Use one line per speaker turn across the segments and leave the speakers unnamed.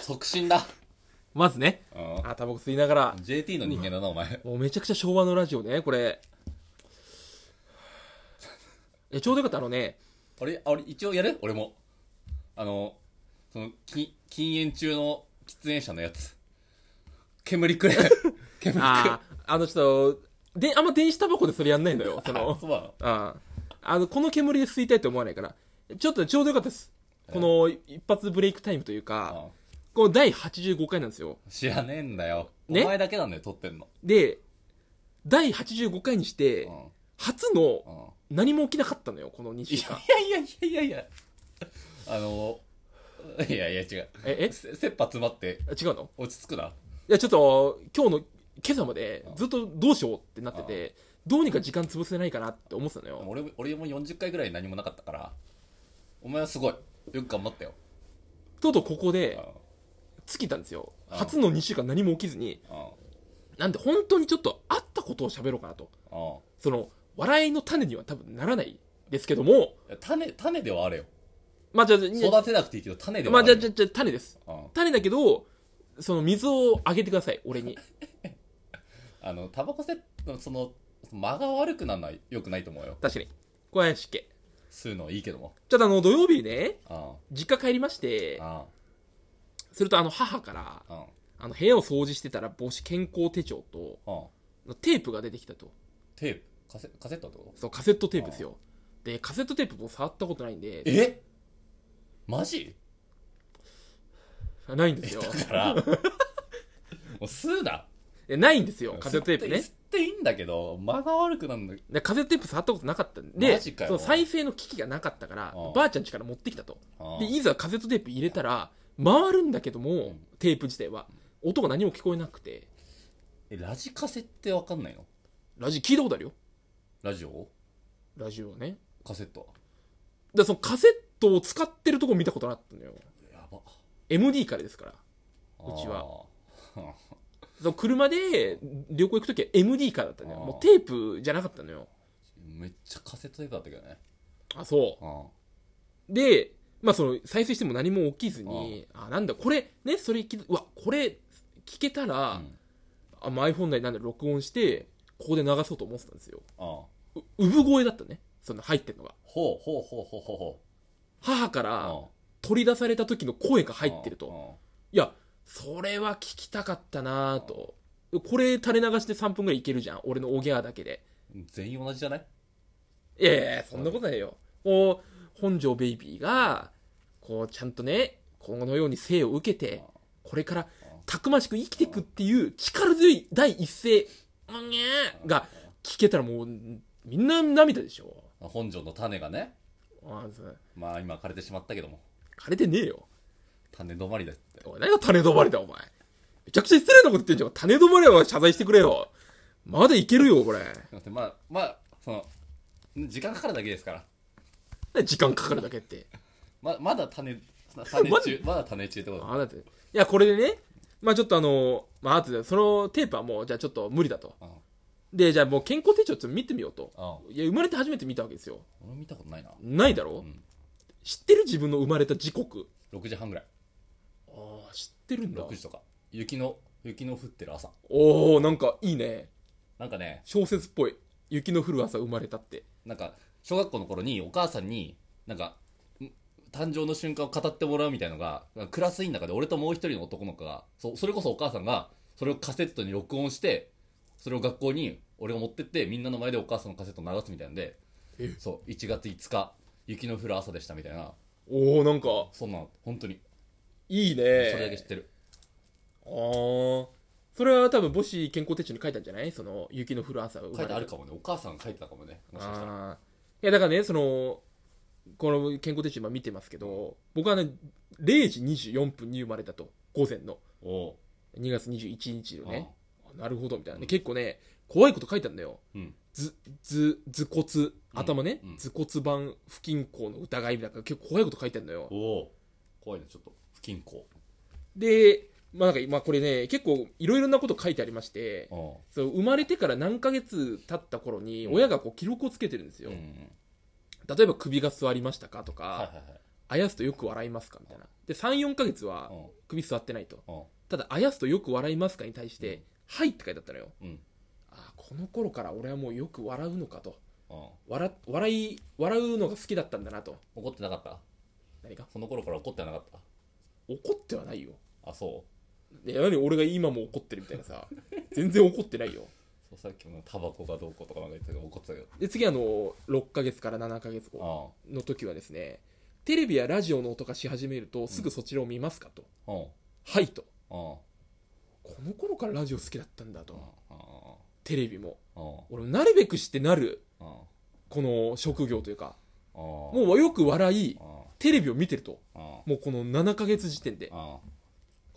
促進だ。
まずね、
うん
あ、タバコ吸いながら、
JT の人間だな、お前。
もうめちゃくちゃ昭和のラジオね、これ。え、ちょうどよかった、あの ね、
俺、あ俺、一応やる俺も。あの、その、き禁煙中の喫煙者のやつ。煙くれ。 煙くれ。
あー、あのちょっと、で、あんま電子タバコでそれやんないんだよ、その
あ、。そうなの
あああの、この煙で吸いたいと思わないから。ちょっとちょうどよかったです。この一発ブレイクタイムというか、
うん
この第85回なんですよ。
知らねえんだよ。お
ね
前だけなんだよ、撮ってんの。
で、第85回にし
う
て、
ん。
初の
うん。
何も起きなかったのよ、この2
い
週間。
やいやいやいやいや。あの、いやいや違う。
え、え
せ切羽詰まって
あ違うの
落ち着くな。
いや、ちょっと、今日の、今朝までずっとどうしようってなってて、どうにか時間潰せないかなって思ってたのよ。
俺も俺も40回ぐらい何もなかったから、お前はすごい。よく頑張ったよ。
とうとうここ
う
で
ん。、
尽きたんですよ。
あ
初の2週間何も起きずに、
うん。
なんで本当にちょっとあったことを喋ろうかなと。
うん。
その、笑いの種には多分ならないですけども、
いや種、種ではあれよ。
まあじゃあ、
育てなくていいけど、種で
ま
は
あ
あ
じゃあ、
る。
じゃあ、じゃあ種です。
あ、うん。
種だけど、その水をあげてください、俺に。
あの、タバコ吸って、その、間が悪くならない、良くないと思うよ。
確かに。小林家。
吸うのはいいけども。
ちょっとあの、土曜日にね、
あ
実家帰りまして、
あ、
するとあの、母から、
ああ、
あの、部屋を掃除してたら母子健康手帳と、
ああ。
テープが出てきたと。
テープカセカセットってこと
そう、カセットテープですよ。で、カセットテープも触ったことないんで、
えマジ
ないんですよ。
だ から、もう吸うな。
えないんですよ、カセットテープ
吸
ね
っ。て吸っていいんだけど、間が悪くなるんだけ
でカセットテープ触ったことなかったんで、
マジかよ
その再生の機器がなかったから
うん、
ばあちゃん家から持ってきたと。
ど。
で、いざカセットテープ入れたら、回るんだけども
ん、
テープ自体は。音が何も聞こえなくて、
え、ラジカセってわかんないの
ラジ、聞いたことあるよ。
ラジオ
ラジオはね。
カセット
で、そのカセットを使ってるとこ見たことなかったのよ。
やば。
MD からですから。うちはその車で旅行行くときは MD からだったのよ。
あー
もうテープじゃなかったのよ。
あー。めっちゃカセットテープだったけどね。
あ、そ
あ
う。で、まあその、再生しても何も起きずに、あなんだ、これ、ね、それ聞き、うわ、これ、聞けたら、
あ。うん
あまあ iPhone 内なんで録音して、ここで流そうと思ってたんですよ。
ああ。
う産声だったね。その入ってんのが。
ほうほうほうほうほうほう。
母か
あ
ら取り出された時の声が入ってると。
と。
いや、それは聞きたかったなぁと。これ垂れ流して3分ぐらいいけるじゃん。俺のおぎゃーだけで。
うん全員同じじゃない
いやいやいやそんなことないよ。こう、本庄ベイビーが、こう、ちゃんとね、このように生を受けて、これから、たくましく生きていくっていう力強い第一声、もんげーが聞けたらもう、みんな涙でしょ。
本庄の種がね。
あーそう
まあ今枯れてしまったけども。
枯れてねえよ。
種止まりだって。
おい、何が種止まりだ、お前。めちゃくちゃ失礼なこと言ってんじゃん。種止まりは謝罪してくれよ。まだいけるよ、これ。
すいませんまあ、まあ、その、時間かかるだけですから。
時間かかるだけって。
ままだ 種、種中、まだ種中ってこと
あだって。いや、これでね、まあちょっとあの、まあ後で、そのテープはもう、じゃあちょっと無理だと。
あ
で、じゃあもう健康手帳ちょっと見てみようと。
あ
いや、生まれて初めて見たわけですよ。
俺見たことないな。
ないだろ、
ん
知ってる自分の生まれた時刻。
6時半ぐらい。
ああ、知ってるんだ
6。時とか。雪の、雪の降ってる朝。
おおなんかいいね。
なんかね、
小説っぽい。雪の降る朝生まれたって。
なんか、小学校の頃にお母さんに、なんか、ん誕生の瞬間を語ってもらうみたいのが、クラス委員の中で俺ともう一人の男の子が、そそれこそお母さんが、それをカセットに録音して、それを学校に俺が持ってって、みんなの前でお母さんのカセットを流すみたいなんで
え、
そう、1月5日、雪の降る朝でしたみたいな、
おおなんか、
そんなの、本当に、
いいね。
それだけ知ってる。
ああ。それは多分母子健康手帳に書いたんじゃないその、雪の降る朝生ま
書い
れ
て
た。
あるかもね、お母さんが書いてたかもね、もしかしたら。
ああいやだからねそのこの健康手帳今見てますけど僕はね0時24分に生まれたと午前の
おう
2月21日のねあなるほどみたいな、
う
で
ん
結構ね怖いこと書いたんだよ
うん。
ずず頭骨頭ね、
うんうん
頭骨盤不均衡の疑いみたいな結構怖いこと書いてんだよ
おおう怖いね、ちょっと。不均衡。
でまあなんか、まあ、これね結構いろいろなこと書いてありまして
お
そう生まれてから何ヶ月経った頃に
うん
親がこう記録をつけてるんです
う
よ、
ん。
例えば首が座りましたかとか、
はいはいはい。
あやすとよく笑いますかみたいなで34ヶ月は
うん
首座ってないと
うん
ただあやすとよく笑いますかに対して、
うん
はいって書いてあったのよ
うん
あーこの頃から俺はもうよく笑うのかと
うん
笑笑い笑うのが好きだったんだなと
怒ってなかった
何か
その頃から怒ってなかった
怒ってはないよ
あそう
いや何俺が今も怒ってるみたい なさ全然怒ってないよ
そうさっきもタバコがどうこうとかなんか言ってたけど怒ってたけど
で次あの6ヶ月から7ヶ月後
あ
の時はですねテレビやラジオの音がし始めるとすぐそちらを見ますかと、
あうん
はいと
うん
この頃からラジオ好きだったんだと、
う
テレビも
んうん
俺もなるべくしてなる
うんうん
この職業というか
も
もうよく笑い
うん
テレビを見てると
うんうん
もうこの7ヶ月時点で
あ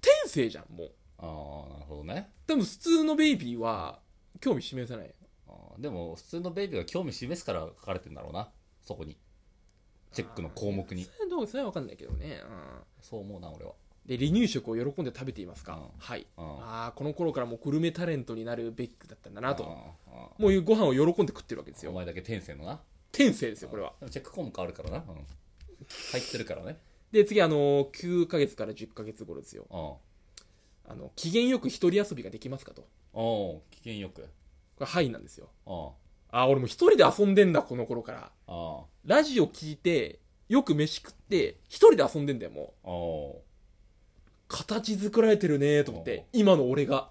天性じゃんもう
あなるほどね
多分普通のベイビーは興味示さない
あーでも普通のベイビーが興味示すから書かれてんだろうなそこにチェックの項目に
それはどうそれは分かんないけどね、うん
そう思うな俺は
で離乳食を喜んで食べていますか、
うん
はい、
うん
ああこの頃からもうグルメタレントになるべきだったんだなと、
うんうん
もうご飯を喜んで食ってるわけです
お
よ
前だけ天性のな
天性ですよこれは
でもチェック項目あるからな、うん、入ってるからね
で次あのー9ヶ月から10ヶ月頃ですよ
うん
あの機嫌よく一人遊びができますかとこ
おう危険よく
れはいなんですよ
うん
ああ俺も一人で遊んでんだこの頃から
あ
ラジオ聞いてよく飯食って一人で遊んでんだよもう
あお
形作られてるねと思っ
うん
て今の俺が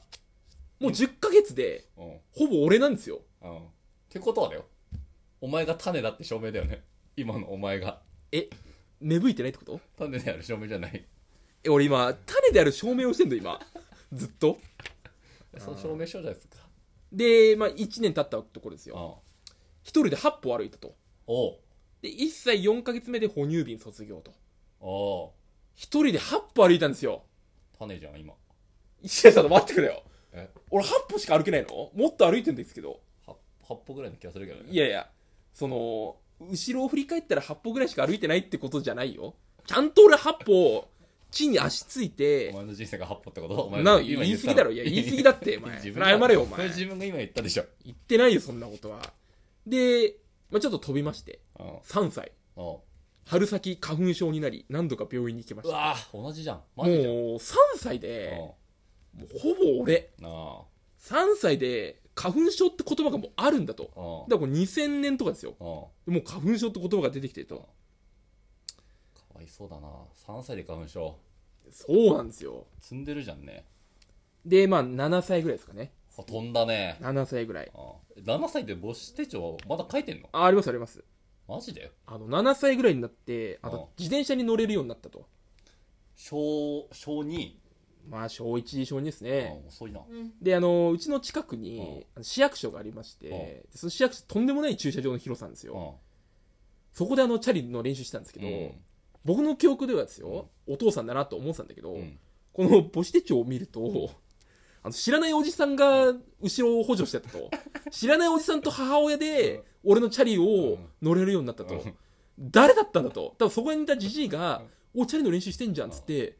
もう10ヶ月で
ううん
ほぼ俺なんですよ
うんってことはだよお前が種だって証明だよね今のお前が
え芽吹いてないってこと
種である証明じゃない
え俺今種である証明をしてんの今ずっと
その証明書じゃないですか
で、まあ、1年経ったところです
うん
よ一人で8歩歩いたと
おう
で1歳4ヶ月目で哺乳瓶卒業と
おう
一人で8歩歩いたんですよ
種じゃん今
いやちょっと待ってくれよ
え
俺8歩しか歩けないのもっと歩いてんですけど
は8歩ぐらいの気がするけどね
いやいやその後ろを振り返ったら8歩ぐらいしか歩いてないってことじゃないよちゃんと俺8歩地に足つい
お
て
前の人生が8歩ってことお前
な
今
言い
っ
過
た
ぎだろ いや言い過ぎだってお前
自
そ
分
れ
が
謝れよお
それ
前
自分が今言ったでしょ
言ってないよそんなことはで、まあ、ちょっと飛びまして
うん
3歳
おう
春先花粉症になり何度か病院に行きま
う
した
わぁ同じじゃん
も
マ
う
ジじゃん
3歳で
うん
もうほぼ俺
なあ
3歳で花粉症って言葉がもうあるんだと
うん
だからこれ2000年とかですよ
うん
もう花粉症って言葉が出てきてると
かわいそうだな3歳で花粉症
そうなんですよ
積んでるじゃんね
でまあ7歳ぐらいですかね
あ飛んだね
7歳ぐらい
あ7歳で母子手帳まだ書いてんの
あありますあります
マジで
あの7歳ぐらいになってあ
うん
と自転車に乗れるようになったと
小小2、
まあ小1小2です
あ
ね
遅いな
であのうちの近くにあの市役所がありまして
うん
でその市役所とんでもない駐車場の広さなんです
う
よ
ん
そこであのチャリの練習してたんですけ
う
ど、
ん
僕の記憶ではですよ、お父さんだなと思ってたんだけど、
うん
この母子手帳を見ると、あの知らないおじさんが後ろを補助してたと知らないおじさんと母親で俺のチャリを乗れるようになったと、
うん
誰だったんだと多分そこにいたじじいが「おチャリの練習してんじゃん」っつって。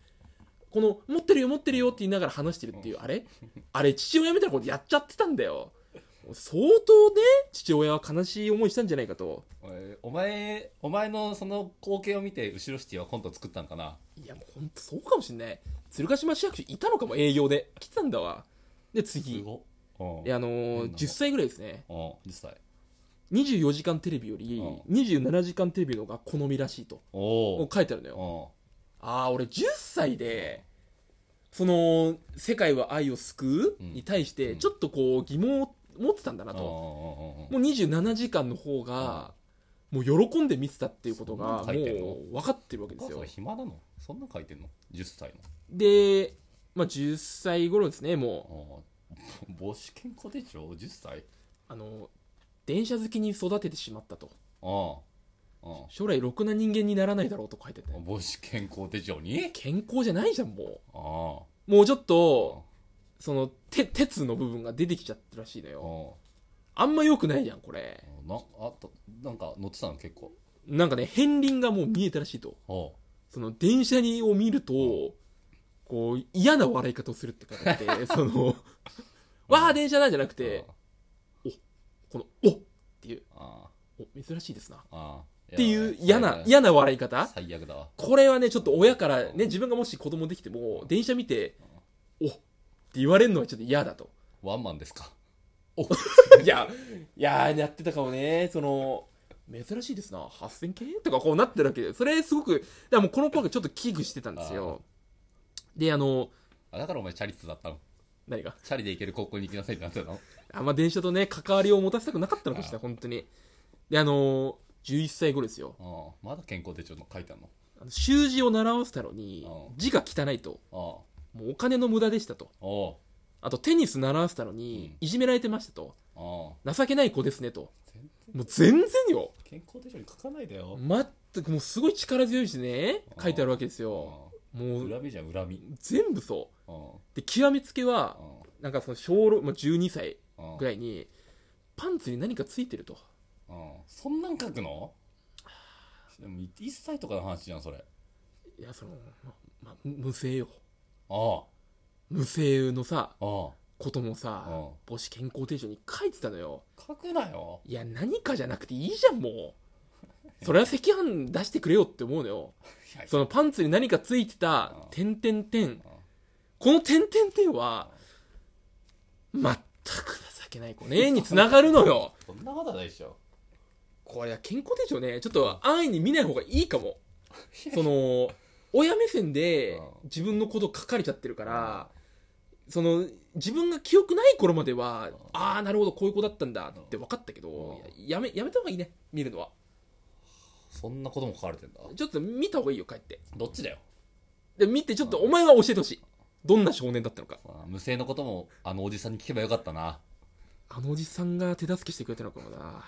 この持ってるよ持ってるよって言いながら話してるっていうあれあれ父親みたいなことやっちゃってたんだよ相当ね父親は悲しい思いしたんじゃないかと
えーお前お前のその光景を見て後ろシティはコント作ったんかない
やもうほんとそうかもしんない鶴ヶ島市役所いたのかも営業で来てたんだわで次
すごうん
であの
変な
ー、
の
10歳ぐらいですね
うん10歳
24時間テレビより
う
27時間テレビの方が好みらしいと
お
もう
お
書いてあるのよああ俺10歳でその「世界は愛を救う」
うん
に対して
うん
ちょっとこう疑問を持ってたんだなともう27時間の方がもう喜んで見てたっていうことがもう
そんなの書いてんの
分かってるわけで
お
す
母さ
よ
ん暇なのそんなん書いてんの10歳の
で、まあ、10歳頃ですねも
あ
う
ー母子健康手帳10歳
あの電車好きに育ててしまったと
あああ
将来ろくな人間にならないだろうと書いてて
あ母子健康手帳に
健康じゃないじゃんも
ああ
うもうちょっとそのて鉄の部分が出てきちゃってるらしいの
あ
よ
あ
あんま良くないじゃんこれ
なあとなんか乗ってたの結構
なんかね片鱗がもう見えたらしいと
お
その電車にを見るとこう嫌な笑い方をするって書いてあって そのわあ電車だじゃなくてこのおっていう
あ
お珍しいですな
あああ
っていう
や
嫌
ばい
な、嫌な笑い
最悪
方
だ最悪だわ。
これはね、ちょっと親からね、自分がもし子供できても、電車見て、おって言われるのはちょっと嫌だと。
ワンマンですか。
いや、いやー、やってたかもね、その、珍しいですな、8000系とかこうなってるわけで、それすごく、だからもうこの子がちょっと危惧してたんですよ。で、あの、
あだからお前チャリツだったの。
何が
チャリで行ける高校に行きなさいってなってたの。
あんま電車とね、関わりを持たせたくなかったのかしら、本当に。で、あの、11歳頃ですよ。
うん。まだ健康手帳の書いてあるの。
あの習字を習わせたのに
う、ん
字が汚いと、
あ
もうお金の無駄でしたと。
あ。お
あと、テニス習わせたのに、いじめられてましたと。
う。ああ。
情けない子ですねと。
全然
もう全然よ。
健康手帳に書かないでよ。
全くもうすごい力強いしね、書いてあるわけです
う
よ。も
ん。
う、
恨みじゃん、恨み。
全部そう。
うん。うん。
で、極めつけは、なんかその小6、まあ、12歳
うん
ぐらいに、パンツに何かついてると。
うん。そんなん書くのでも1歳とかの話じゃん、それ。
いや、その、ま、ま無性よ。
あ
無性のさ、
あ。ああ。
こともさ
うん、
母子健康手帳に書いてたのよ。
書くなよ。
いや、何かじゃなくていいじゃん、もう。それは赤飯出してくれよって思うのよ。
いや
そのパンツに何かついてた
う、ん
点点点。この点点点は、全く情けない子ね、につながるのよ。
そんなことはないでしょ。
これは健康手帳ね、ちょっと安易に見ない方がいいかも。その、親目線で
うん
自分のこと書かれちゃってるから、その、自分が記憶ない頃までは、ああ、なるほど、こういう子だったんだって分かったけど、
う
ややめ、やめた方がいいね、見るのは。
そんなことも書かれてんだ。
ちょっと見た方がいいよ、帰って。
どっちだよ。
で、見て、ちょっとお前は教えてほしい。どんな少年だったのか。
ああ無声のことも、あのおじさんに聞けばよかったな。
あのおじさんが手助けしてくれたのかもな。